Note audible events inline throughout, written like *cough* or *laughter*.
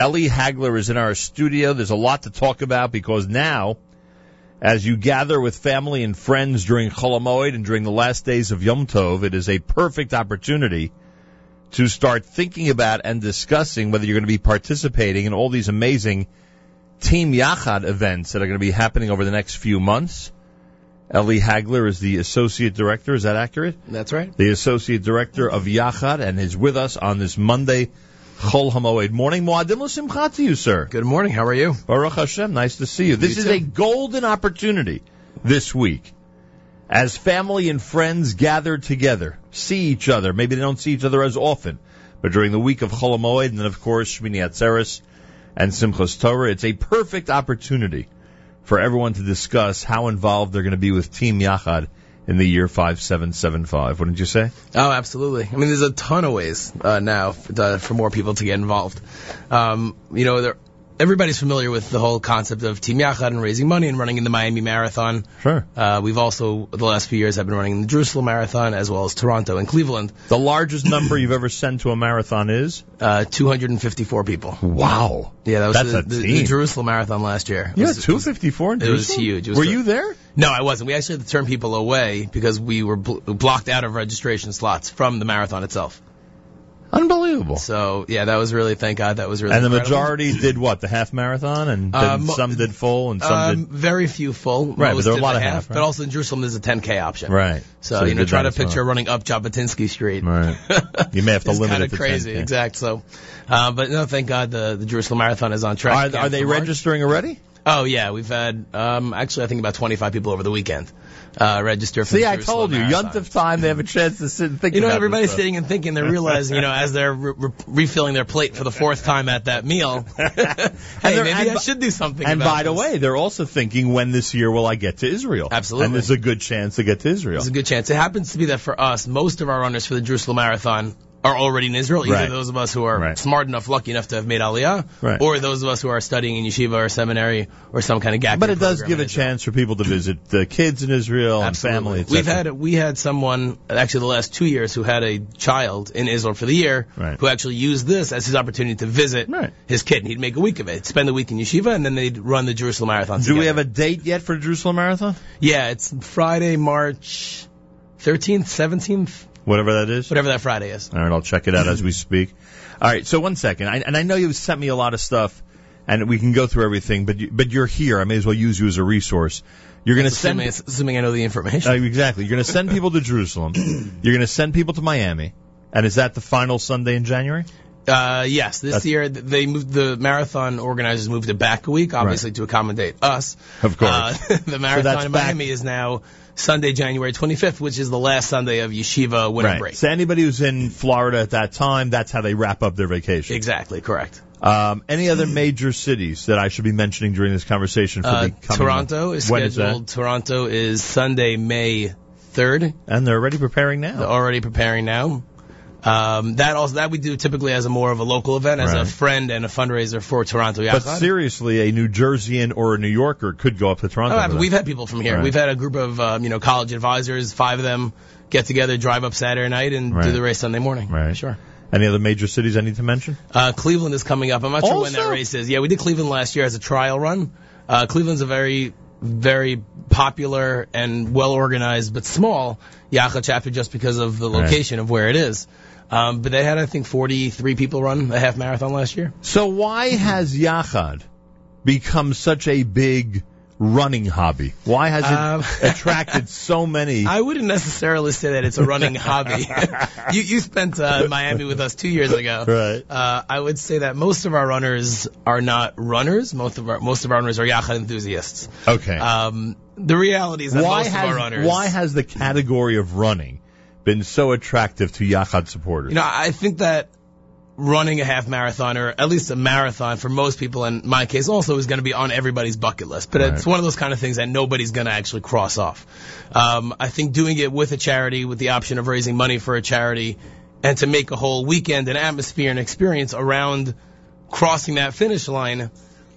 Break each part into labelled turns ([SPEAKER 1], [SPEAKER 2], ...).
[SPEAKER 1] Ellie Hagler is in our studio. There's a lot to talk about because now, as you gather with family and friends during Cholamoid and during the last days of Yom Tov, it is a perfect opportunity to start thinking about and discussing whether you're going to be participating in all these amazing Team Yachad events that are going to be happening over the next few months. Ellie Hagler is the associate director. Is that accurate?
[SPEAKER 2] That's right.
[SPEAKER 1] The associate director of Yachad and is with us on this Monday, Chol Hamoed morning. Moadim l'simcha to you, sir.
[SPEAKER 2] Good morning. How are you?
[SPEAKER 1] Baruch Hashem. Nice to see you. This
[SPEAKER 2] You
[SPEAKER 1] is
[SPEAKER 2] too.
[SPEAKER 1] a golden opportunity this week as family and friends gather together, see each other. Maybe they don't see each other as often, but during the week of Chol Hamoed and then of course Shmini Atzeres and Simchas Torah, it's a perfect opportunity for everyone to discuss how involved they're going to be with Team Yachad in the year 5775. Wouldn't you say?
[SPEAKER 2] Oh, absolutely. I mean, there's a ton of ways uh, now f- uh, for more people to get involved. Um, you know, there, everybody's familiar with the whole concept of Team Yachad and raising money and running in the Miami Marathon.
[SPEAKER 1] Sure.
[SPEAKER 2] Uh, we've also, the last few years, have been running in the Jerusalem Marathon as well as Toronto and Cleveland.
[SPEAKER 1] The largest number you've ever sent to a marathon is?
[SPEAKER 2] Uh, 254 people.
[SPEAKER 1] Wow.
[SPEAKER 2] Yeah, that was
[SPEAKER 1] That's
[SPEAKER 2] the,
[SPEAKER 1] a
[SPEAKER 2] the,
[SPEAKER 1] team.
[SPEAKER 2] the Jerusalem Marathon last year. It
[SPEAKER 1] Yeah,
[SPEAKER 2] was-
[SPEAKER 1] 254 in
[SPEAKER 2] it was
[SPEAKER 1] Jerusalem?
[SPEAKER 2] huge. It was
[SPEAKER 1] Were
[SPEAKER 2] the-
[SPEAKER 1] you there?
[SPEAKER 2] No, I wasn't. We actually had to turn people away because we were bl- blocked out of registration slots from the marathon itself.
[SPEAKER 1] Unbelievable.
[SPEAKER 2] So yeah, that was really thank God that was really.
[SPEAKER 1] And the
[SPEAKER 2] incredible. *laughs*
[SPEAKER 1] majority did what? The half marathon, and
[SPEAKER 2] Uh,
[SPEAKER 1] then
[SPEAKER 2] mo-
[SPEAKER 1] some did full, and some
[SPEAKER 2] Um,
[SPEAKER 1] did.
[SPEAKER 2] very few full.
[SPEAKER 1] Right, but
[SPEAKER 2] Most
[SPEAKER 1] there are a
[SPEAKER 2] did
[SPEAKER 1] lot
[SPEAKER 2] the
[SPEAKER 1] of half, right?
[SPEAKER 2] But also in Jerusalem, there's a 10k option.
[SPEAKER 1] Right.
[SPEAKER 2] So,
[SPEAKER 1] they
[SPEAKER 2] you know,
[SPEAKER 1] did that
[SPEAKER 2] try to
[SPEAKER 1] as well.
[SPEAKER 2] picture running up Jabotinsky Street. *laughs*
[SPEAKER 1] Right. You may have to
[SPEAKER 2] It's
[SPEAKER 1] limit
[SPEAKER 2] kind
[SPEAKER 1] it
[SPEAKER 2] of
[SPEAKER 1] to
[SPEAKER 2] crazy,
[SPEAKER 1] 10K.
[SPEAKER 2] exactly. So, uh, but no, thank God the, the Jerusalem Marathon is on track.
[SPEAKER 1] Are,
[SPEAKER 2] again
[SPEAKER 1] are they
[SPEAKER 2] for March.
[SPEAKER 1] registering already?
[SPEAKER 2] Oh yeah, we've had um, actually I think about 25 people over the weekend uh, register. For
[SPEAKER 1] See,
[SPEAKER 2] the
[SPEAKER 1] I
[SPEAKER 2] Jerusalem
[SPEAKER 1] told you,
[SPEAKER 2] Marathon.
[SPEAKER 1] Yontif time, they have a chance to sit and think
[SPEAKER 2] You know,
[SPEAKER 1] about this
[SPEAKER 2] everybody's
[SPEAKER 1] stuff.
[SPEAKER 2] sitting and thinking. They're realizing, you know, as they're re- re- refilling their plate for the fourth time at that meal. *laughs* hey,
[SPEAKER 1] they're-
[SPEAKER 2] maybe
[SPEAKER 1] and
[SPEAKER 2] I
[SPEAKER 1] bu-
[SPEAKER 2] should do something.
[SPEAKER 1] And
[SPEAKER 2] about
[SPEAKER 1] by the
[SPEAKER 2] this.
[SPEAKER 1] way, they're also thinking, when this year will I get to Israel?
[SPEAKER 2] Absolutely.
[SPEAKER 1] And there's a good chance to get to Israel.
[SPEAKER 2] There's a good chance. It happens to be that for us, most of our runners for the Jerusalem Marathon are already in Israel. Either
[SPEAKER 1] Right.
[SPEAKER 2] those of us who are
[SPEAKER 1] Right.
[SPEAKER 2] smart enough, lucky enough to have made Aliyah,
[SPEAKER 1] Right.
[SPEAKER 2] or those of us who are studying in yeshiva or seminary or some kind of gap.
[SPEAKER 1] But
[SPEAKER 2] year
[SPEAKER 1] it does
[SPEAKER 2] program
[SPEAKER 1] give
[SPEAKER 2] in
[SPEAKER 1] a
[SPEAKER 2] Israel.
[SPEAKER 1] chance for people to visit the kids in Israel
[SPEAKER 2] Absolutely.
[SPEAKER 1] and family. et
[SPEAKER 2] We've
[SPEAKER 1] cetera.
[SPEAKER 2] had we had someone actually the last two years who had a child in Israel for the year
[SPEAKER 1] Right.
[SPEAKER 2] who actually used this as his opportunity to visit
[SPEAKER 1] Right.
[SPEAKER 2] his kid. And he'd make a week of it, spend the week in yeshiva, and then they'd run the Jerusalem Marathon.
[SPEAKER 1] Do we
[SPEAKER 2] together.
[SPEAKER 1] have a date yet for Jerusalem Marathon?
[SPEAKER 2] Yeah, it's Friday, March 13th, 17th,
[SPEAKER 1] Whatever that is.
[SPEAKER 2] whatever that Friday is.
[SPEAKER 1] All right, I'll check it out as we speak. All right, so one second, I, and I know you've sent me a lot of stuff, and we can go through everything, but you, but you're here. I may as well use you as a resource. You're going to send
[SPEAKER 2] Assuming, assuming I know the information.
[SPEAKER 1] uh, exactly. You're going to send people to
[SPEAKER 2] *clears throat*
[SPEAKER 1] Jerusalem. You're going to send people to Miami, and is that the final Sunday in January?
[SPEAKER 2] Uh, yes, this
[SPEAKER 1] That's-
[SPEAKER 2] year th- they moved the marathon organizers moved it back a week, obviously to accommodate us.
[SPEAKER 1] Of course.
[SPEAKER 2] Uh, *laughs* the marathon
[SPEAKER 1] that's
[SPEAKER 2] in
[SPEAKER 1] back-
[SPEAKER 2] Miami is now Sunday, January 25th, which is the last Sunday of Yeshiva winter break.
[SPEAKER 1] So anybody who's in Florida at that time, that's how they wrap up their vacation.
[SPEAKER 2] Exactly correct.
[SPEAKER 1] Um, any other major cities that I should be mentioning during this conversation for
[SPEAKER 2] Uh,
[SPEAKER 1] the coming
[SPEAKER 2] Toronto is
[SPEAKER 1] When that?
[SPEAKER 2] scheduled. Toronto is Sunday, May 3rd.
[SPEAKER 1] and they're already preparing now.
[SPEAKER 2] They're already preparing now. Um, that also that we do typically as a more of a local event, as
[SPEAKER 1] Right.
[SPEAKER 2] a friend and a fundraiser for Toronto
[SPEAKER 1] But
[SPEAKER 2] Yachad.
[SPEAKER 1] seriously, a New Jerseyan or a New Yorker could go up to Toronto.
[SPEAKER 2] Oh,
[SPEAKER 1] for
[SPEAKER 2] I mean,
[SPEAKER 1] that.
[SPEAKER 2] we've had people from here.
[SPEAKER 1] Right.
[SPEAKER 2] We've had a group of um, you know college advisors, five of them get together, drive up Saturday night, and
[SPEAKER 1] Right.
[SPEAKER 2] do the race Sunday morning.
[SPEAKER 1] Right.
[SPEAKER 2] Sure.
[SPEAKER 1] Any other major cities I need to mention?
[SPEAKER 2] Uh, Cleveland is coming up. I'm not sure when that
[SPEAKER 1] Also-
[SPEAKER 2] race is. Yeah, we did Cleveland last year as a trial run. Uh, Cleveland's a very very popular and well organized but small Yacha chapter just because of the
[SPEAKER 1] Right.
[SPEAKER 2] location of where it is. Um, but they had I think 43 people run a half marathon last year.
[SPEAKER 1] So why has Yachad become such a big running hobby? Why has it *laughs*
[SPEAKER 2] Um,
[SPEAKER 1] attracted so many?
[SPEAKER 2] I wouldn't necessarily say that it's a *laughs* running hobby. you you spent uh, Miami with us two years ago.
[SPEAKER 1] Right.
[SPEAKER 2] Uh, I would say that most of our runners are not runners. Most of our most of our runners are yacht enthusiasts.
[SPEAKER 1] okay.
[SPEAKER 2] Um, the reality is that
[SPEAKER 1] why
[SPEAKER 2] most of our
[SPEAKER 1] has
[SPEAKER 2] runners.
[SPEAKER 1] why has the category of running been so attractive to Yachad supporters?
[SPEAKER 2] you know? I think that running a half marathon or at least a marathon for most people, and my case also, is going to be on everybody's bucket list. But it's
[SPEAKER 1] Right.
[SPEAKER 2] one of those kind of things that nobody's going to actually cross off. Um, I think doing it with a charity, with the option of raising money for a charity, and to make a whole weekend and atmosphere and experience around crossing that finish line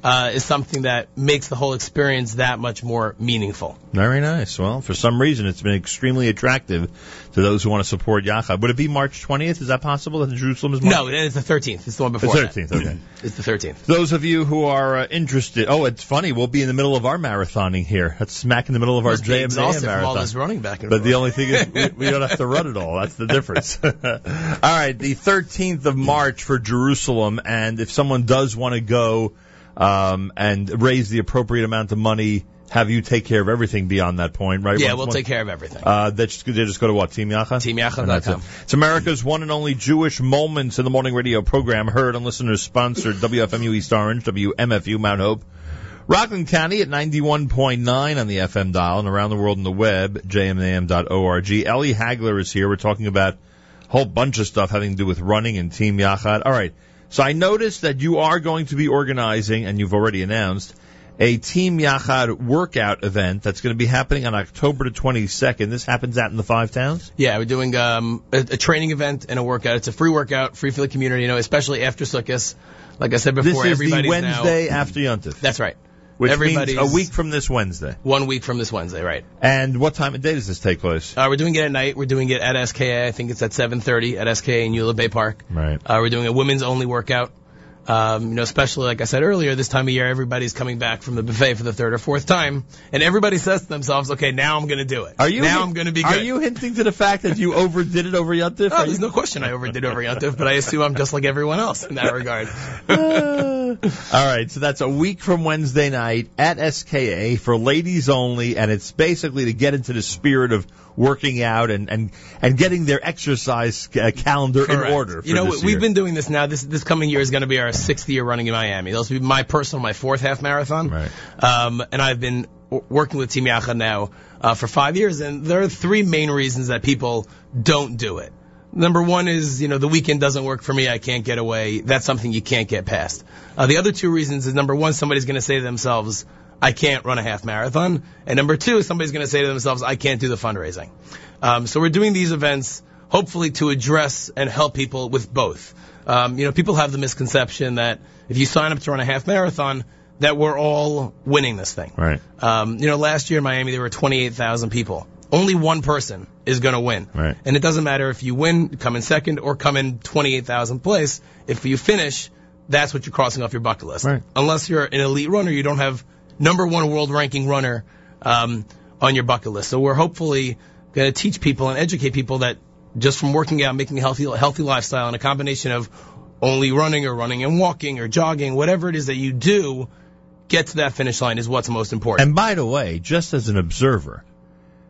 [SPEAKER 2] uh, is something that makes the whole experience that much more meaningful.
[SPEAKER 1] Very nice. Well, for some reason, it's been extremely attractive to those who want to support Yachad. Would it be March 20th? Is that possible that Jerusalem is March?
[SPEAKER 2] No, it's the 13th. It's the one
[SPEAKER 1] The
[SPEAKER 2] before. that.
[SPEAKER 1] 13th, okay.
[SPEAKER 2] It's the 13th.
[SPEAKER 1] *clears throat* Those of you who are uh, interested, oh, it's funny. We'll be in the middle of our marathoning here. That's smack in the middle of our
[SPEAKER 2] Must be
[SPEAKER 1] JMA
[SPEAKER 2] exhausted from all
[SPEAKER 1] marathon.
[SPEAKER 2] this running back and
[SPEAKER 1] But the
[SPEAKER 2] forth.
[SPEAKER 1] only thing is, we, we don't have to run it all. That's the difference. *laughs* all right, the 13th of March for Jerusalem, and if someone does want to go um, and raise the appropriate amount of money, have you take care of everything beyond that point, right?
[SPEAKER 2] yeah,
[SPEAKER 1] Once-
[SPEAKER 2] we'll
[SPEAKER 1] once-
[SPEAKER 2] take care of everything.
[SPEAKER 1] Uh, they just, they just go to what? Team Yacha?
[SPEAKER 2] TeamYacha.com.
[SPEAKER 1] And that's it. It's America's one and only Jewish Moments in the Morning Radio program, heard on listeners sponsored WFMU East Orange, WMFU Mount Hope, Rockland County at 91.9 on the FM dial, and around the world on the web, jmam.org. Ellie Hagler is here. We're talking about a whole bunch of stuff having to do with running and Team Yachad. All right. So I noticed that you are going to be organizing, and you've already announced, a Team Yachad workout event that's going to be happening on October the 22nd. This happens out in the five towns?
[SPEAKER 2] Yeah, we're doing um, a, a training event and a workout. It's a free workout, free for the community, you know, especially after Sukkot. Like I said
[SPEAKER 1] This
[SPEAKER 2] before,
[SPEAKER 1] is the
[SPEAKER 2] everybody's
[SPEAKER 1] Wednesday
[SPEAKER 2] now.
[SPEAKER 1] after Yontif,
[SPEAKER 2] That's right.
[SPEAKER 1] which means
[SPEAKER 2] everybody's-
[SPEAKER 1] a week from this Wednesday.
[SPEAKER 2] One week from this Wednesday, right?
[SPEAKER 1] And what time of day does this take place?
[SPEAKER 2] Uh, we're doing it at night. We're doing it at SKA. I think it's at 7:30 at SKA in Eula Bay Park.
[SPEAKER 1] Right.
[SPEAKER 2] Uh, we're doing a women's only workout. Um, you know, especially like I said earlier, this time of year, everybody's coming back from the buffet for the third or fourth time, and everybody says to themselves, "Okay, now I'm going to do it.
[SPEAKER 1] Are you
[SPEAKER 2] now I'm going to be good."
[SPEAKER 1] Are you hinting to the fact that you overdid it over Yontif?
[SPEAKER 2] Oh, there's no question I overdid over Yontif, but I assume I'm just like everyone else in that regard.
[SPEAKER 1] Uh. All right, so that's a week from Wednesday night at SKA for ladies only, and it's basically to get into the spirit of working out and and and getting their exercise uh, calendar in
[SPEAKER 2] Correct.
[SPEAKER 1] order. For
[SPEAKER 2] you know,
[SPEAKER 1] this
[SPEAKER 2] we've
[SPEAKER 1] year.
[SPEAKER 2] been doing this now. This this coming year is going to be our sixth year running in Miami. This will be my personal, my fourth half marathon.
[SPEAKER 1] Right.
[SPEAKER 2] Um, and I've been w- working with Team Yacha now uh, for five years, and there are three main reasons that people don't do it. Number one is, you know, the weekend doesn't work for me. I can't get away. That's something you can't get past. Uh, the other two reasons is number one, somebody's going to say to themselves, I can't run a half marathon. And number two, somebody's going to say to themselves, I can't do the fundraising. Um, so we're doing these events hopefully to address and help people with both. Um, you know, people have the misconception that if you sign up to run a half marathon, that we're all winning this thing.
[SPEAKER 1] right.
[SPEAKER 2] Um, you know, last year in Miami there were 28,000 people. Only one person is going to win.
[SPEAKER 1] Right.
[SPEAKER 2] And it doesn't matter if you win, come in second, or come in 28,000th place. If you finish, that's what you're crossing off your bucket list.
[SPEAKER 1] Right.
[SPEAKER 2] Unless you're an elite runner, you don't have number one world ranking runner um, on your bucket list. So we're hopefully going to teach people and educate people that just from working out, making a healthy healthy lifestyle, and a combination of only running or running and walking or jogging, whatever it is that you do, get to that finish line is what's most important.
[SPEAKER 1] And by the way, just as an observer,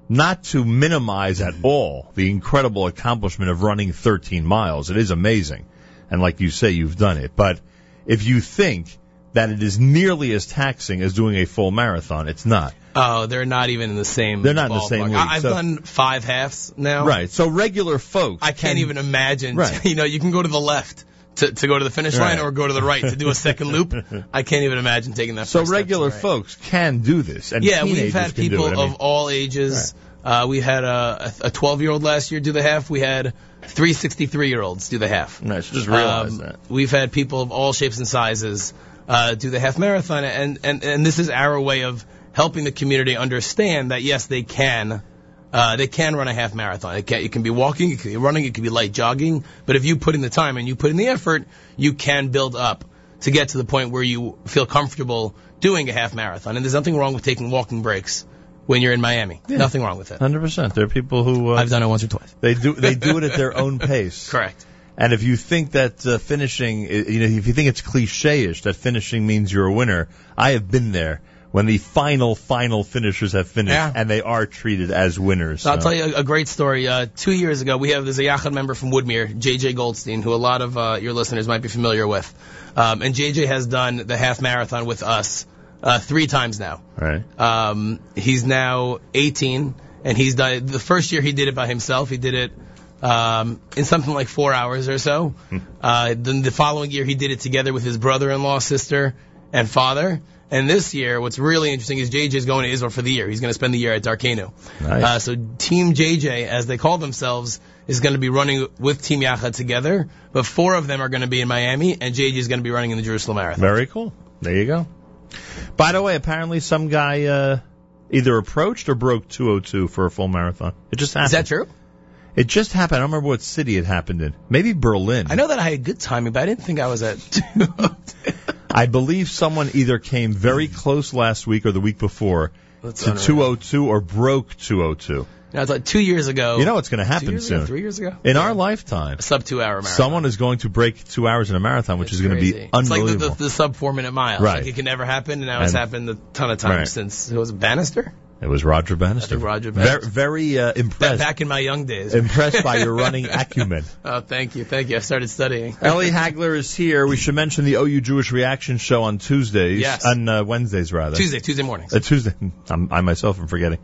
[SPEAKER 1] not to minimize at all the incredible accomplishment of running 13 miles, it is amazing. And like you say, you've done it. But if you think that it is nearly as taxing as doing a full marathon, it's not.
[SPEAKER 2] Oh, they're not even in the same.
[SPEAKER 1] They're not in the same
[SPEAKER 2] ballpark.
[SPEAKER 1] league,
[SPEAKER 2] I- I've
[SPEAKER 1] so-
[SPEAKER 2] done five halves now.
[SPEAKER 1] Right. So regular folks.
[SPEAKER 2] I can't
[SPEAKER 1] can-
[SPEAKER 2] even imagine.
[SPEAKER 1] Right.
[SPEAKER 2] *laughs* You know, you can go to the left to, to go to the finish
[SPEAKER 1] Right.
[SPEAKER 2] line, or go to the right to do a second
[SPEAKER 1] *laughs*
[SPEAKER 2] loop. I can't even imagine taking that.
[SPEAKER 1] So
[SPEAKER 2] first step to
[SPEAKER 1] regular
[SPEAKER 2] the right.
[SPEAKER 1] folks can do this, and
[SPEAKER 2] Yeah,
[SPEAKER 1] teenagers
[SPEAKER 2] we've had
[SPEAKER 1] can
[SPEAKER 2] people
[SPEAKER 1] do it. I mean,
[SPEAKER 2] of all ages. Uh, we had a a 12 year old last year do the half. We had three 63 year olds do the half.
[SPEAKER 1] no, I should just realize
[SPEAKER 2] Um,
[SPEAKER 1] that.
[SPEAKER 2] We've had people of all shapes and sizes uh, do the half marathon, and, and, and this is our way of helping the community understand that yes, they can. Uh, they can run a half marathon. It can, it can be walking, it can be running, it can be light jogging. But if you put in the time and you put in the effort, you can build up to get to the point where you feel comfortable doing a half marathon. And there's nothing wrong with taking walking breaks when you're in Miami. Nothing wrong with it.
[SPEAKER 1] Hundred percent. There are people who uh,
[SPEAKER 2] Uh, I've done it once or twice.
[SPEAKER 1] they do they do it at their own pace.
[SPEAKER 2] *laughs* Correct.
[SPEAKER 1] And if you think that uh, finishing, i- you know, if you think it's cliche-ish that finishing means you're a winner, I have been there when the final, final finishers have finished,
[SPEAKER 2] Yeah.
[SPEAKER 1] and they are treated as winners.
[SPEAKER 2] So I'll
[SPEAKER 1] so.
[SPEAKER 2] tell you a, a great story. Uh, two years ago, we have there's a Yachad member from Woodmere, JJ Goldstein, who a lot of uh, your listeners might be familiar with. Um, and JJ has done the half marathon with us uh, three times now.
[SPEAKER 1] All right.
[SPEAKER 2] Um, he's now 18, and he's done the first year he did it by himself. He did it um, in something like four hours or so. Uh, then the following year he did it together with his brother-in-law, sister, and father. And this year, what's really interesting is JJ is going to Israel for the year. He's going to spend the year at Darkenu.
[SPEAKER 1] Nice.
[SPEAKER 2] Uh, so Team JJ, as they call themselves, is going to be running with Team Yacha together. But four of them are going to be in Miami, and JJ is going to be running in the Jerusalem Marathon.
[SPEAKER 1] Very cool. There you go. By the way, apparently some guy uh, either approached or broke 202 for a full marathon. It just happened.
[SPEAKER 2] Is that true?
[SPEAKER 1] It just happened. I don't remember what city it happened in. Maybe Berlin.
[SPEAKER 2] I know that I had good timing, but I didn't think I was at *laughs* two.
[SPEAKER 1] I believe someone either came very close last week or the week before
[SPEAKER 2] That's
[SPEAKER 1] to
[SPEAKER 2] unreal.
[SPEAKER 1] 202 or broke 202.
[SPEAKER 2] No, it's like two years ago.
[SPEAKER 1] You know it's going to
[SPEAKER 2] two
[SPEAKER 1] happen
[SPEAKER 2] years ago,
[SPEAKER 1] soon.
[SPEAKER 2] three years ago.
[SPEAKER 1] In our lifetime,
[SPEAKER 2] A sub two hour marathon.
[SPEAKER 1] someone is going to break two hours in a marathon, which
[SPEAKER 2] It's
[SPEAKER 1] is going to be
[SPEAKER 2] crazy. It's like
[SPEAKER 1] unbelievable.
[SPEAKER 2] the, the, the sub four minute mile.
[SPEAKER 1] Right.
[SPEAKER 2] Like it can never happen, and now it's
[SPEAKER 1] And-
[SPEAKER 2] happened a ton of times
[SPEAKER 1] Right.
[SPEAKER 2] since it was Bannister.
[SPEAKER 1] It was Roger Bannister.
[SPEAKER 2] I think Roger
[SPEAKER 1] Ver-
[SPEAKER 2] Bannister.
[SPEAKER 1] Very, uh,
[SPEAKER 2] That
[SPEAKER 1] impressed.
[SPEAKER 2] back in my young days.
[SPEAKER 1] impressed by *laughs* your running acumen.
[SPEAKER 2] Oh, thank you, thank you. I started studying.
[SPEAKER 1] Ellie Hagler is here. We should mention the OU Jewish Reaction Show on Tuesdays.
[SPEAKER 2] Yes.
[SPEAKER 1] On uh, Wednesdays, rather.
[SPEAKER 2] Tuesday, Tuesday mornings.
[SPEAKER 1] Uh, Tuesday. *laughs* I'm, I myself am forgetting.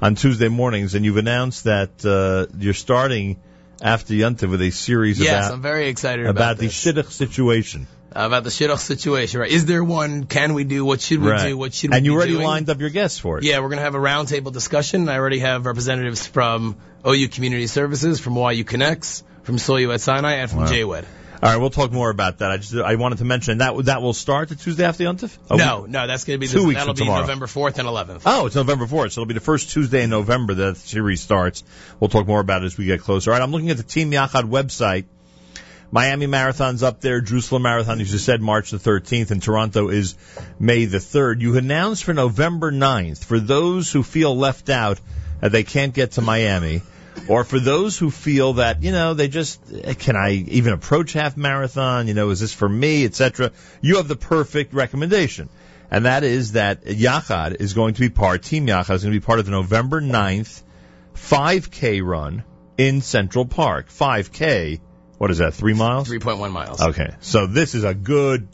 [SPEAKER 1] On Tuesday mornings, and you've announced that uh, you're starting after Yuntiv with a series
[SPEAKER 2] Yes, I'm
[SPEAKER 1] about,
[SPEAKER 2] very excited
[SPEAKER 1] about,
[SPEAKER 2] about,
[SPEAKER 1] the
[SPEAKER 2] this.
[SPEAKER 1] Shidduch situation.
[SPEAKER 2] about the shit off situation. Right? Is there one? Can we do? What should we do? What should we
[SPEAKER 1] and you
[SPEAKER 2] be
[SPEAKER 1] already
[SPEAKER 2] doing?
[SPEAKER 1] lined up your guests for it.
[SPEAKER 2] Yeah, we're going to have a roundtable discussion. and I already have representatives from OU Community Services, from YU Connects, from SOU at Sinai, and from E
[SPEAKER 1] Wow.
[SPEAKER 2] JWED.
[SPEAKER 1] All right, we'll talk more about that. I just I wanted to mention that that will start the Tuesday after Yuntiv. Oh,
[SPEAKER 2] No, no, that's going to be
[SPEAKER 1] Two
[SPEAKER 2] this,
[SPEAKER 1] weeks
[SPEAKER 2] that'll
[SPEAKER 1] from
[SPEAKER 2] be
[SPEAKER 1] tomorrow.
[SPEAKER 2] November 4th and 11th.
[SPEAKER 1] Oh, it's November 4th, so it'll be the first Tuesday in November that the series starts. We'll talk more about it as we get closer. All right, I'm looking at the Team Yachad website. Miami Marathon's up there. Jerusalem Marathon, as you said, March the 13th, and Toronto is May the 3rd. You announced for November 9th, for those who feel left out that they can't get to Miami, or for those who feel that, you know, they just, eh, can I even approach half marathon? You know, is this for me, etc. You have the perfect recommendation. And that is that Yachad is going to be part, Team Yachad is going to be part of the November 9th 5K run in Central Park. 5K, what is that, three miles?
[SPEAKER 2] 3.1 miles.
[SPEAKER 1] Okay. So this is a good,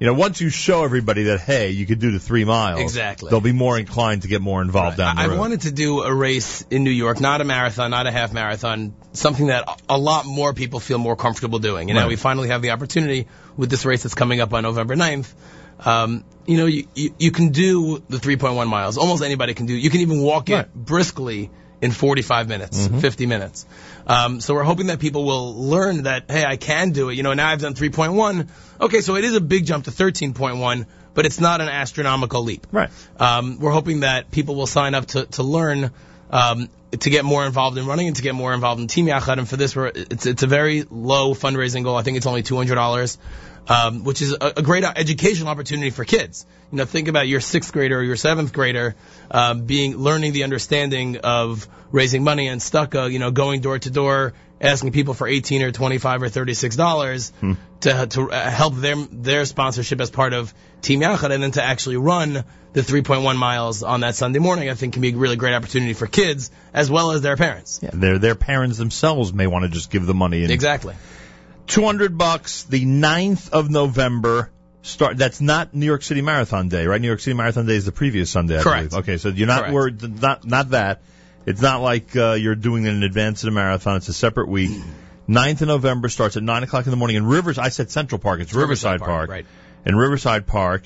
[SPEAKER 1] you know, once you show everybody that, hey, you could do the three miles,
[SPEAKER 2] Exactly.
[SPEAKER 1] they'll be more inclined to get more involved down the
[SPEAKER 2] I, I
[SPEAKER 1] road.
[SPEAKER 2] wanted to do a race in New York, not a marathon, not a half marathon, something that a- a lot more people feel more comfortable doing. And now
[SPEAKER 1] Right.
[SPEAKER 2] we finally have the opportunity with this race that's coming up on November 9th. Um, you know, you, you, you can do the 3.1 miles. Almost anybody can do. You can even walk
[SPEAKER 1] Right. Mm-hmm.
[SPEAKER 2] it briskly in 45 minutes, 50 minutes. Um, so we're hoping that people will learn that, hey, I can do it. You know, now I've done 3.1. Okay, so it is a big jump to 13.1, but it's not an astronomical leap.
[SPEAKER 1] right.
[SPEAKER 2] Um, we're hoping that people will sign up to, to learn, um, to get more involved in running and to get more involved in Team Yachad. And for this, we're, it's, it's a very low fundraising goal. I think it's only $200, um, which is a, a great educational opportunity for kids. You know, think about your sixth grader or your seventh grader, um, being, learning the understanding of raising money and Stucca, you know, going door to door, asking people for 18 or 25 or 36 dollars
[SPEAKER 1] Hmm.
[SPEAKER 2] to to uh, help them their sponsorship as part of Team Yachad and then to actually run the 3.1 miles on that Sunday morning I think can be a really great opportunity for kids as well as their parents.
[SPEAKER 1] Yeah, their, their parents themselves may want to just give the money. And
[SPEAKER 2] Exactly.
[SPEAKER 1] 200 bucks, the 9th of November. Start. That's not New York City Marathon Day, right? New York City Marathon Day is the previous Sunday. I
[SPEAKER 2] Correct.
[SPEAKER 1] Believe. Okay, so you're not
[SPEAKER 2] Correct.
[SPEAKER 1] worried. Not not that. It's not like uh, you're doing it in advance of the marathon. It's a separate week. *clears throat* 9th of November starts at nine o'clock in the morning in Rivers. I said Central Park. It's Riverside,
[SPEAKER 2] Riverside Park, right.
[SPEAKER 1] In Riverside Park,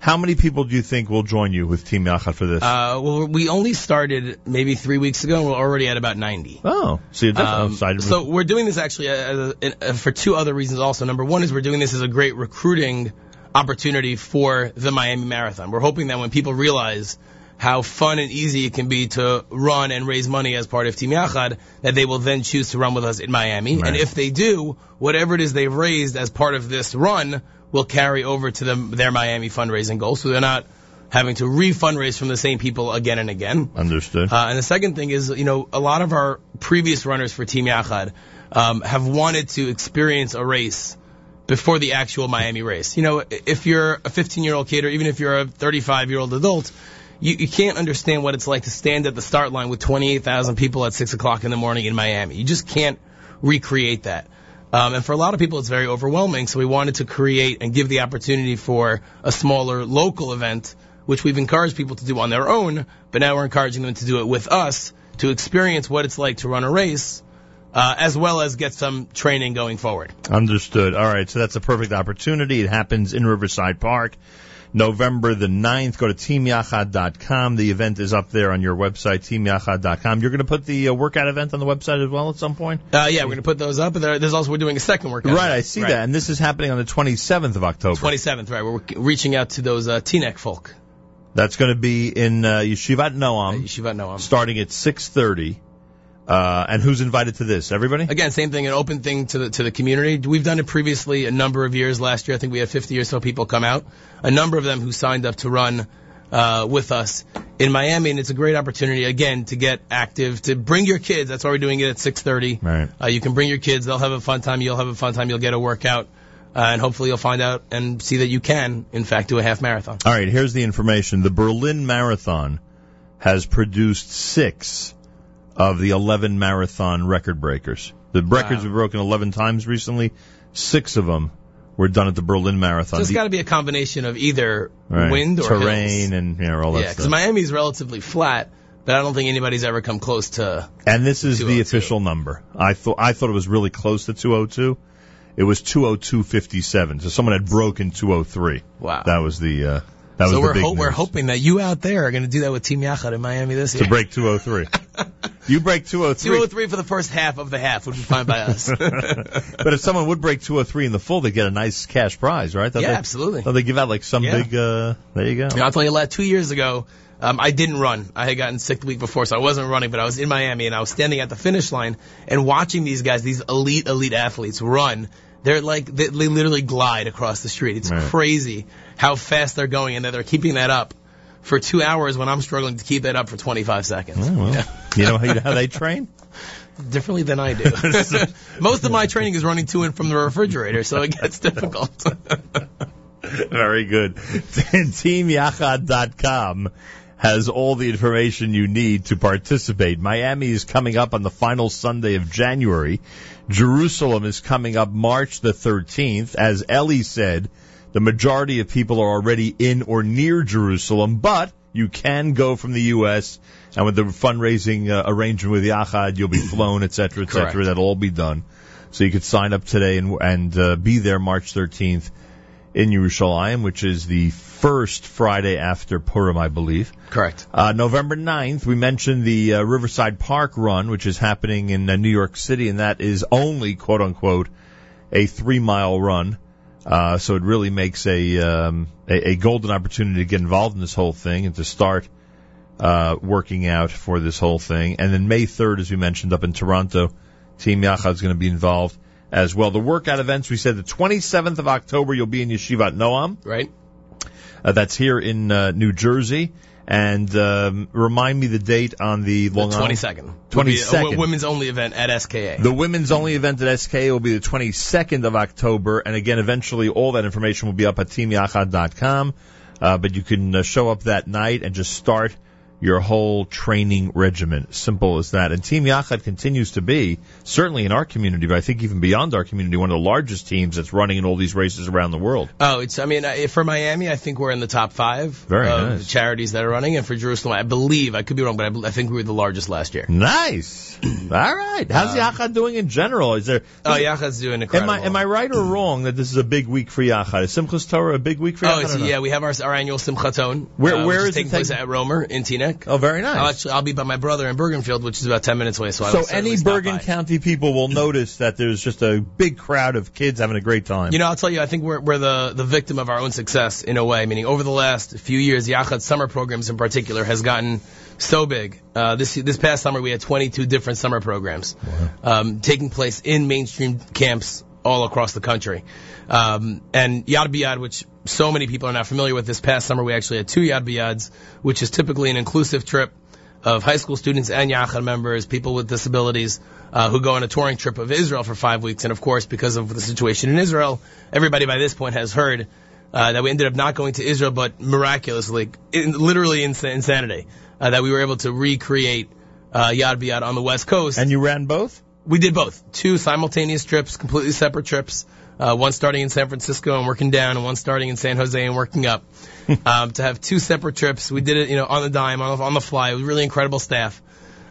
[SPEAKER 1] how many people do you think will join you with Team Yachad for this?
[SPEAKER 2] Uh, well, we only started maybe three weeks ago and we're already at about 90.
[SPEAKER 1] oh, *laughs* so you're definitely
[SPEAKER 2] Um,
[SPEAKER 1] outside. of-
[SPEAKER 2] so we're doing this actually uh, uh, uh, for two other reasons also. Number one is we're doing this as a great recruiting opportunity for the Miami Marathon. We're hoping that when people realize how fun and easy it can be to run and raise money as part of Team Yachad, that they will then choose to run with us in Miami.
[SPEAKER 1] Right.
[SPEAKER 2] And if they do, whatever it is they've raised as part of this run will carry over to them, their Miami fundraising goal. So they're not having to re-fundraise from the same people again and again.
[SPEAKER 1] Understood.
[SPEAKER 2] Uh, and the second thing is, you know, a lot of our previous runners for Team Yachad um, have wanted to experience a race before the actual Miami race. You know, i- if you're a 15 year old kid or even if you're a 35 year old adult, you, you can't understand what it's like to stand at the start line with 28,000 people at 6 o'clock in the morning in Miami. You just can't recreate that. Um, and for a lot of people, it's very overwhelming. So we wanted to create and give the opportunity for a smaller local event, which we've encouraged people to do on their own, but now we're encouraging them to do it with us to experience what it's like to run a race, uh, as well as get some training going forward.
[SPEAKER 1] Understood. All right, so that's a perfect opportunity. It happens in Riverside Park. November the 9th. Go to teamyachad.com. The event is up there on your website, teamyachad.com. You're going to put the uh, workout event on the website as well at some point?
[SPEAKER 2] Uh, yeah, we're gonna put those up. There- There's also we're doing a second workout.
[SPEAKER 1] Right, I see that. And this is happening on the 27th of October.
[SPEAKER 2] Twenty seventh, right? We're reaching out to those uh, T-neck folk.
[SPEAKER 1] That's going to be in uh, Yeshivat Noam,
[SPEAKER 2] Yeshiva Noam.
[SPEAKER 1] starting at 6.30. Uh, and who's invited to this? Everybody?
[SPEAKER 2] Again, same thing, an open thing to the to the community. We've done it previously a number of years. Last year, I think we had 50 or so people come out. A number of them who signed up to run uh, with us in Miami, and it's a great opportunity again to get active, to bring your kids. That's why we're doing it at 6:30.
[SPEAKER 1] Right.
[SPEAKER 2] Uh, you can bring your kids; they'll have a fun time. You'll have a fun time. You'll get a workout, uh, and hopefully, you'll find out and see that you can, in fact, do a half marathon.
[SPEAKER 1] All right, here's the information. The Berlin Marathon has produced six of the 11 marathon record breakers. The records were broken 11 times recently. Six of them were done at the Berlin Marathon.
[SPEAKER 2] So it's
[SPEAKER 1] The-
[SPEAKER 2] got to be a combination of either
[SPEAKER 1] right,
[SPEAKER 2] wind or
[SPEAKER 1] terrain
[SPEAKER 2] hills.
[SPEAKER 1] and you know, all that
[SPEAKER 2] Yeah, because
[SPEAKER 1] stuff.
[SPEAKER 2] Miami's relatively flat, but I don't think anybody's ever come close to.
[SPEAKER 1] and this is the
[SPEAKER 2] 202.
[SPEAKER 1] official number. I thought I thought it was really close to 202. It was 202.57. So someone had broken 203.
[SPEAKER 2] Wow.
[SPEAKER 1] That was the uh, that was
[SPEAKER 2] so
[SPEAKER 1] the
[SPEAKER 2] we're
[SPEAKER 1] big
[SPEAKER 2] we're
[SPEAKER 1] news.
[SPEAKER 2] hoping that you out there are going to do that with Team Yachad in Miami this
[SPEAKER 1] to
[SPEAKER 2] year.
[SPEAKER 1] break
[SPEAKER 2] *laughs*
[SPEAKER 1] 203. you break 203.
[SPEAKER 2] 203 for the first half of the half would be fine by
[SPEAKER 1] *laughs*
[SPEAKER 2] us.
[SPEAKER 1] But if someone would break 203 in the full, they get a nice cash prize, right? Don't
[SPEAKER 2] Yeah,
[SPEAKER 1] they,
[SPEAKER 2] absolutely.
[SPEAKER 1] don't they give out like some
[SPEAKER 2] Yeah.
[SPEAKER 1] big, uh, there you go.
[SPEAKER 2] You know, I'll tell you, last two years ago, um, I didn't run. I had gotten sick the week before, so I wasn't running, but I was in Miami and I was standing at the finish line and watching these guys, these elite, elite athletes run. They're like, they, they literally glide across the street. It's
[SPEAKER 1] Right.
[SPEAKER 2] crazy how fast they're going and that they're keeping that up for two hours when I'm struggling to keep that up for 25 seconds.
[SPEAKER 1] Oh, well.
[SPEAKER 2] Yeah.
[SPEAKER 1] You know how, how they train?
[SPEAKER 2] *laughs* Differently than I do. *laughs* Most of my training is running to and from the refrigerator, so it gets *laughs* difficult.
[SPEAKER 1] Very good. *laughs* TeamYachad.com has all the information you need to participate. Miami is coming up on the final Sunday of January. Jerusalem is coming up March the 13th. As Ellie said, the majority of people are already in or near Jerusalem, but you can go from the U.S. and with the fundraising uh, arrangement with Yachad, you'll be flown, et cetera, et cetera.
[SPEAKER 2] Correct.
[SPEAKER 1] That'll all be done. So you could sign up today and, and uh, be there March 13th in Yerushalayim, which is the first Friday after Purim, I believe.
[SPEAKER 2] Correct.
[SPEAKER 1] Uh, November 9th, we mentioned the uh, Riverside Park run, which is happening in uh, New York City, and that is only, quote unquote, a three mile run. Uh, so it really makes a, um, a, a golden opportunity to get involved in this whole thing and to start uh, working out for this whole thing. And then May 3rd, as we mentioned, up in Toronto, Team Yachad is going to be involved as well. The workout events, we said the 27th of October, you'll be in Yeshivat Noam.
[SPEAKER 2] Right?
[SPEAKER 1] Uh, that's here in uh, New Jersey. And um, remind me the date on the Long Island.
[SPEAKER 2] 22nd.
[SPEAKER 1] 22nd.
[SPEAKER 2] Women's only event at SKA.
[SPEAKER 1] The women's only event at SK will be the 22nd of October. And again, eventually all that information will be up at teamyachad.com. Uh, but you can uh, show up that night and just start your whole training regimen. Simple as that. And Team Yachad continues to be, certainly in our community, but I think even beyond our community, one of the largest teams that's running in all these races around the world.
[SPEAKER 2] Oh, it's. I mean, I, for Miami, I think we're in the top five
[SPEAKER 1] Very
[SPEAKER 2] of
[SPEAKER 1] nice.
[SPEAKER 2] the charities that are running, and for Jerusalem, I believe I could be wrong, but I, bel- I think we were the largest last year.
[SPEAKER 1] Nice. *clears throat* All right. How's Yachad doing in general? Is there
[SPEAKER 2] Oh, Yachad's doing
[SPEAKER 1] Am
[SPEAKER 2] incredible.
[SPEAKER 1] I am I right or wrong that this is a big week for Yachad? Is Simchas Torah a big week for
[SPEAKER 2] Oh,
[SPEAKER 1] Yachad?
[SPEAKER 2] it's,
[SPEAKER 1] or not?
[SPEAKER 2] yeah, we have our, our annual Simchaton.
[SPEAKER 1] Where-
[SPEAKER 2] uh,
[SPEAKER 1] where is
[SPEAKER 2] which
[SPEAKER 1] it
[SPEAKER 2] taking place
[SPEAKER 1] taking-
[SPEAKER 2] at Romer in Teaneck?
[SPEAKER 1] Oh, very nice.
[SPEAKER 2] I'll actually, I'll be by my brother in Bergenfield, which is about ten minutes away. So, I
[SPEAKER 1] so
[SPEAKER 2] will certainly
[SPEAKER 1] any
[SPEAKER 2] stop
[SPEAKER 1] Bergen
[SPEAKER 2] by.
[SPEAKER 1] County people will notice that there's just a big crowd of kids having a great time.
[SPEAKER 2] You know, I'll tell you, I think we're, we're the, the victim of our own success in a way. Meaning, over the last few years, Yachad's summer programs in particular has gotten so big. Uh, this this past summer, we had 22 different summer programs um, taking place in mainstream camps all across the country. Um, and Yad B'Yad, which so many people are not familiar with, this past summer we actually had two Yad B'Yads, which is typically an inclusive trip of high school students and Yachad members, people with disabilities uh, who go on a touring trip of Israel for five weeks. And of course, because of the situation in Israel, everybody by this point has heard uh, that we ended up not going to Israel, but miraculously, in, literally ins- insanity, uh, that we were able to recreate uh, Yad B'Yad on the West Coast.
[SPEAKER 1] and you ran both.
[SPEAKER 2] We did both. Two simultaneous trips, completely separate trips. Uh, one starting in San Francisco and working down, and one starting in San Jose and working up. um, to have two separate trips, we did it, you know, on the dime, on the, on the fly. It was really incredible staff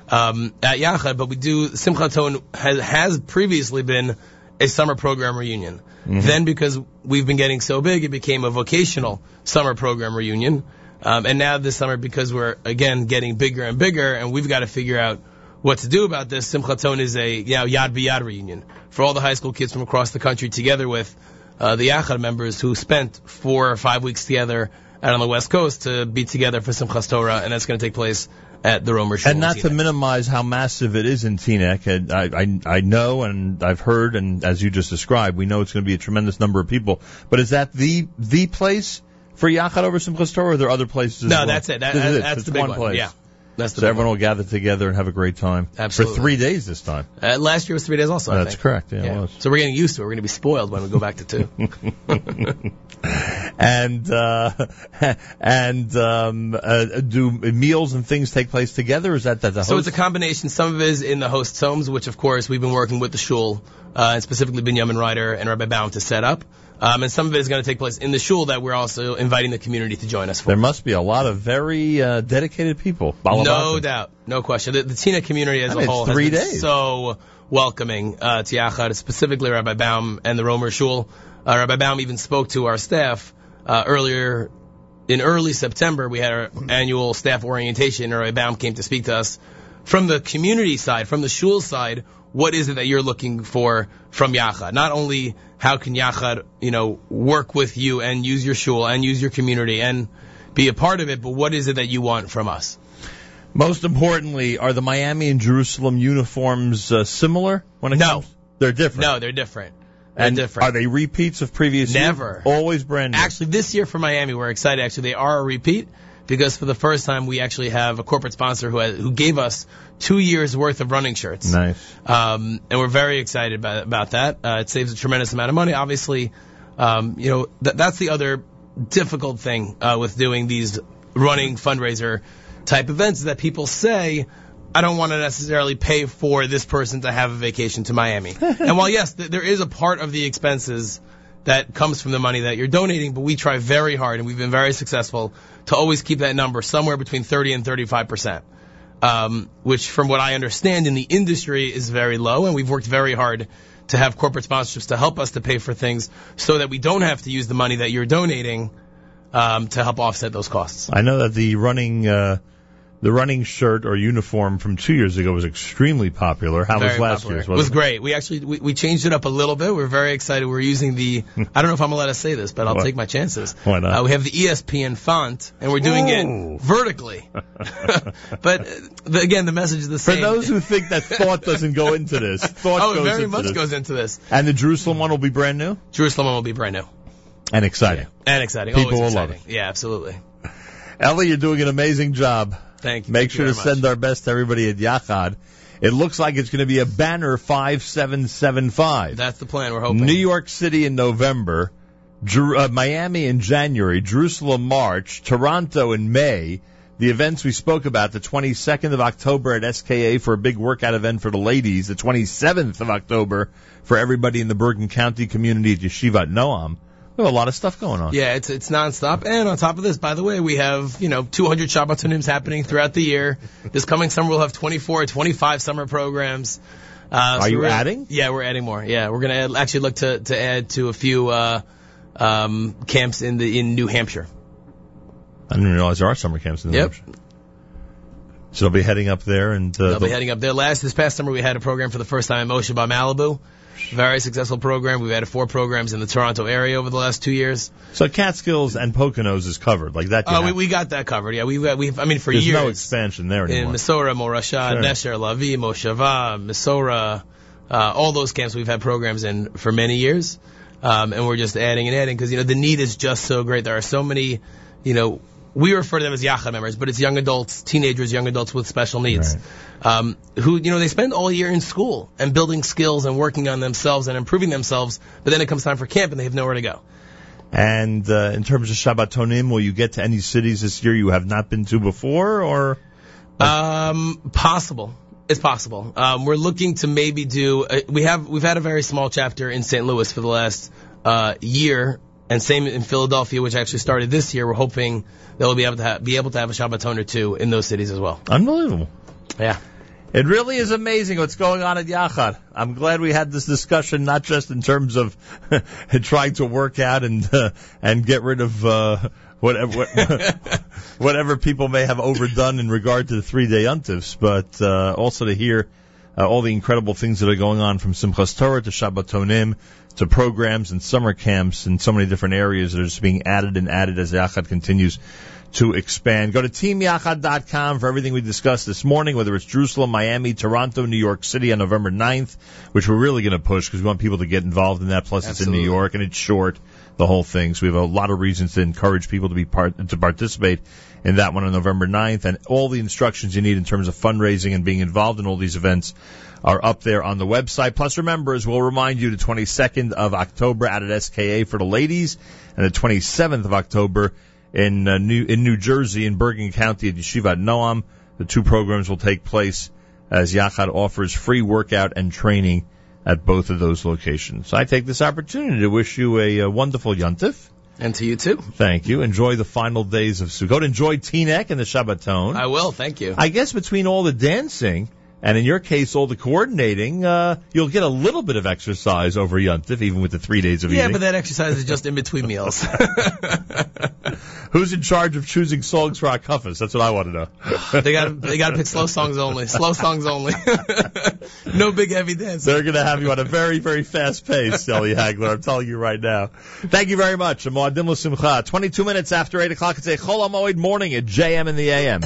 [SPEAKER 2] um, at Yachad, but we do Simchaton has, has previously been a summer program reunion.
[SPEAKER 1] Mm-hmm.
[SPEAKER 2] Then, because we've been getting so big, it became a vocational summer program reunion. Um, and now this summer, because we're again getting bigger and bigger, and we've got to figure out what to do about this, Simchaton is a you know, Yad B'Yad reunion for all the high school kids from across the country, together with uh, the Yachad members who spent four or five weeks together out on the West Coast to be together for Simchas Torah, and that's going to take place at the Romer Shul.
[SPEAKER 1] And
[SPEAKER 2] in
[SPEAKER 1] not to
[SPEAKER 2] Teaneck.
[SPEAKER 1] minimize how massive it is in Teaneck, and I, I, I know and I've heard, and as you just described, we know it's going to be a tremendous number of people. But is that the the place for Yachad over Simchas Torah, or are there other places? as
[SPEAKER 2] No,
[SPEAKER 1] well?
[SPEAKER 2] that's it. That,
[SPEAKER 1] This is
[SPEAKER 2] that-
[SPEAKER 1] it.
[SPEAKER 2] That's
[SPEAKER 1] It's
[SPEAKER 2] the big
[SPEAKER 1] one
[SPEAKER 2] one.
[SPEAKER 1] place.
[SPEAKER 2] Yeah. That's the
[SPEAKER 1] So
[SPEAKER 2] big
[SPEAKER 1] everyone will gather together and have a great time
[SPEAKER 2] Absolutely.
[SPEAKER 1] for three days this time.
[SPEAKER 2] one. Uh, last year was three days also. I
[SPEAKER 1] That's
[SPEAKER 2] think.
[SPEAKER 1] correct. Yeah, it
[SPEAKER 2] Yeah.
[SPEAKER 1] was.
[SPEAKER 2] So we're getting used to it. We're going to be spoiled when we go back to *laughs* two.
[SPEAKER 1] And uh, *laughs* and um, uh, do meals and things take place together? Or is that that the
[SPEAKER 2] so
[SPEAKER 1] host?
[SPEAKER 2] it's a combination. Some of it is in the host's homes, which of course we've been working with the shul, uh, and specifically Binyamin Ryder and Rabbi Baum to set up. Um, and some of it is going to take place in the shul that we're also inviting the community to join us for.
[SPEAKER 1] there must be a lot of very uh, dedicated people.
[SPEAKER 2] No
[SPEAKER 1] Balabashim.
[SPEAKER 2] doubt, no question. The, the Tina community as
[SPEAKER 1] I mean,
[SPEAKER 2] a
[SPEAKER 1] it's
[SPEAKER 2] whole has
[SPEAKER 1] three
[SPEAKER 2] been
[SPEAKER 1] days.
[SPEAKER 2] so welcoming uh, to Yachad, specifically Rabbi Baum and the Romer Shul. Uh, Rabbi Baum even spoke to our staff uh, earlier in early September. We had our annual staff orientation. and Rabbi Baum came to speak to us from the community side, from the shul side. What is it that you're looking for from Yachad? Not only how can Yachad, you know, work with you and use your shul and use your community and be a part of it, but what is it that you want from us?
[SPEAKER 1] Most importantly, are the Miami and Jerusalem uniforms uh, similar? When it
[SPEAKER 2] No.
[SPEAKER 1] comes? they're different.
[SPEAKER 2] No, they're different. They're
[SPEAKER 1] and
[SPEAKER 2] different.
[SPEAKER 1] are they repeats of previous? years?
[SPEAKER 2] Never.
[SPEAKER 1] Always brand new.
[SPEAKER 2] actually, this year for Miami, we're excited. Actually, they are a repeat because for the first time, we actually have a corporate sponsor who has, who gave us two years worth of running shirts.
[SPEAKER 1] nice.
[SPEAKER 2] Um, and we're very excited about, about that. Uh, it saves a tremendous amount of money. Obviously, um, you know, th- that's the other difficult thing uh, with doing these running fundraiser type events is that people say, I don't want to necessarily pay for this person to have a vacation to Miami. and while, yes, th- there is a part of the expenses that comes from the money that you're donating, but we try very hard and we've been very successful to always keep that number somewhere between 30 and 35 percent um, which from what I understand in the industry is very low, and we've worked very hard to have corporate sponsorships to help us to pay for things so that we don't have to use the money that you're donating um, to help offset those costs.
[SPEAKER 1] I know that the running uh, the running shirt or uniform from two years ago was extremely popular. How was
[SPEAKER 2] Very
[SPEAKER 1] last
[SPEAKER 2] popular.
[SPEAKER 1] year's?
[SPEAKER 2] was
[SPEAKER 1] wasn't
[SPEAKER 2] great. We actually we, we changed it up a little bit. We're very excited. We're using
[SPEAKER 1] *laughs*
[SPEAKER 2] the I don't know if I'm allowed to say this, but I'll
[SPEAKER 1] Why-
[SPEAKER 2] take my chances.
[SPEAKER 1] why not?
[SPEAKER 2] Uh, we have the ESPN font, and we're doing
[SPEAKER 1] Ooh. *laughs*
[SPEAKER 2] it vertically. *laughs* but uh, the, again, the message is the
[SPEAKER 1] For
[SPEAKER 2] same.
[SPEAKER 1] those who think that thought doesn't go into
[SPEAKER 2] *laughs*
[SPEAKER 1] this, thought
[SPEAKER 2] oh,
[SPEAKER 1] goes
[SPEAKER 2] very
[SPEAKER 1] into
[SPEAKER 2] much
[SPEAKER 1] this.
[SPEAKER 2] goes into this.
[SPEAKER 1] And the Jerusalem one will be brand new
[SPEAKER 2] Jerusalem will be brand new.
[SPEAKER 1] and exciting.
[SPEAKER 2] And exciting.
[SPEAKER 1] People
[SPEAKER 2] Always
[SPEAKER 1] will love
[SPEAKER 2] exciting. Yeah, absolutely.
[SPEAKER 1] Ellie, you're doing an amazing job.
[SPEAKER 2] Thank you.
[SPEAKER 1] Make
[SPEAKER 2] Thank
[SPEAKER 1] sure
[SPEAKER 2] you
[SPEAKER 1] to
[SPEAKER 2] very
[SPEAKER 1] send
[SPEAKER 2] much.
[SPEAKER 1] our best to everybody at Yachad. It looks like it's going to be a banner 5775.
[SPEAKER 2] That's the plan. We're hoping.
[SPEAKER 1] New York City in November, Jer- uh, Miami in January, Jerusalem March, Toronto in May. The events we spoke about, the 22nd of October at SKA for a big workout event for the ladies, the 27th of October for everybody in the Bergen County community at Yeshiva Noam. We have a lot of stuff going on.
[SPEAKER 2] Yeah, it's it's nonstop. And on top of this, by the way, we have you know 200 Shabbatonim happening throughout the year. this coming summer, we'll have 24, 25 summer programs. Uh,
[SPEAKER 1] Are you
[SPEAKER 2] we're-
[SPEAKER 1] adding?
[SPEAKER 2] Yeah, we're adding more. Yeah, we're gonna add, actually look to to add to a few uh, um, camps in the in New Hampshire.
[SPEAKER 1] I didn't realize there are summer camps in New
[SPEAKER 2] Yep.
[SPEAKER 1] Hampshire. So they'll be heading up there and uh,
[SPEAKER 2] They'll be
[SPEAKER 1] the-
[SPEAKER 2] heading up there. Last this past summer, we had a program for the first time in Moshe by Malibu. Very successful program. We've had four programs in the Toronto area over the last two years.
[SPEAKER 1] so Catskills and Poconos is covered like that.
[SPEAKER 2] Oh,
[SPEAKER 1] you
[SPEAKER 2] we,
[SPEAKER 1] have-
[SPEAKER 2] we got that covered. Yeah, we've got, we've, I mean, for
[SPEAKER 1] There's
[SPEAKER 2] years.
[SPEAKER 1] no expansion there
[SPEAKER 2] in
[SPEAKER 1] anymore.
[SPEAKER 2] Misora, Morasha,
[SPEAKER 1] Sure.
[SPEAKER 2] Nesher, Lavi, Moshava, Misora, uh, all those camps we've had programs in for many years. Um, and we're just adding and adding because, you know, the need is just so great. There are so many, you know, we refer to them as Yacha members, but it's young adults, teenagers, young adults with special needs. Um, who, you know, they spend all year in school and building skills and working on themselves and improving themselves, but then it comes time for camp and they have nowhere to go.
[SPEAKER 1] And uh, in terms of Shabbatonim, will you get to any cities this year you have not been to before, or
[SPEAKER 2] Um, possible. It's possible. Um, we're looking to maybe do. Uh, we have we've had a very small chapter in St. Louis for the last uh, year, and same in Philadelphia, which actually started this year. We're hoping that we'll be able to ha- be able to have a Shabbaton or two in those cities as well.
[SPEAKER 1] unbelievable?
[SPEAKER 2] Yeah.
[SPEAKER 1] It really is amazing what's going on at Yachad. I'm glad we had this discussion, not just in terms of *laughs* trying to work out and uh, and get rid of uh, whatever whatever people may have overdone in regard to the three day untivs, but uh, also to hear uh, all the incredible things that are going on from Simchas Torah to Shabbatonim to programs and summer camps in so many different areas that are just being added and added as Yachad continues to expand. Go to teamyachad.com for everything we discussed this morning, whether it's Jerusalem, Miami, Toronto, New York City on November 9th, which we're really going to push because we want people to get involved in that. Plus, it's
[SPEAKER 2] Absolutely.
[SPEAKER 1] in New York and it's short, the whole thing. So we have a lot of reasons to encourage people to be part to participate in that one on November 9th, and all the instructions you need in terms of fundraising and being involved in all these events are up there on the website. Plus, remember, as we'll remind you, the 22nd of October out at SKA for the ladies, and the 27th of October in uh, New in New Jersey in Bergen County at Yeshiva Noam. The two programs will take place as Yachad offers free workout and training at both of those locations. So I take this opportunity to wish you a, uh wonderful Yontif.
[SPEAKER 2] And to you too.
[SPEAKER 1] Thank you. Enjoy the final days of Sukkot. Enjoy Teaneck and the Shabbaton.
[SPEAKER 2] I will. Thank you.
[SPEAKER 1] I guess between all the dancing and in your case all the coordinating, uh, you'll get a little bit of exercise over Yontif, even with the three days of
[SPEAKER 2] yeah,
[SPEAKER 1] eating.
[SPEAKER 2] but that exercise is just in between meals.
[SPEAKER 1] Who's in charge of choosing songs for our cuffers? That's what I want to know.
[SPEAKER 2] they got they got to pick slow songs only. Slow songs only. *laughs* no big heavy dance.
[SPEAKER 1] They're going to have you on a very, very fast pace, Ellie Hagler. I'm telling you right now. Thank you very much. Amadim Simcha. 22 minutes after 8 o'clock. It's a Chol Hamoed morning at JM in the AM.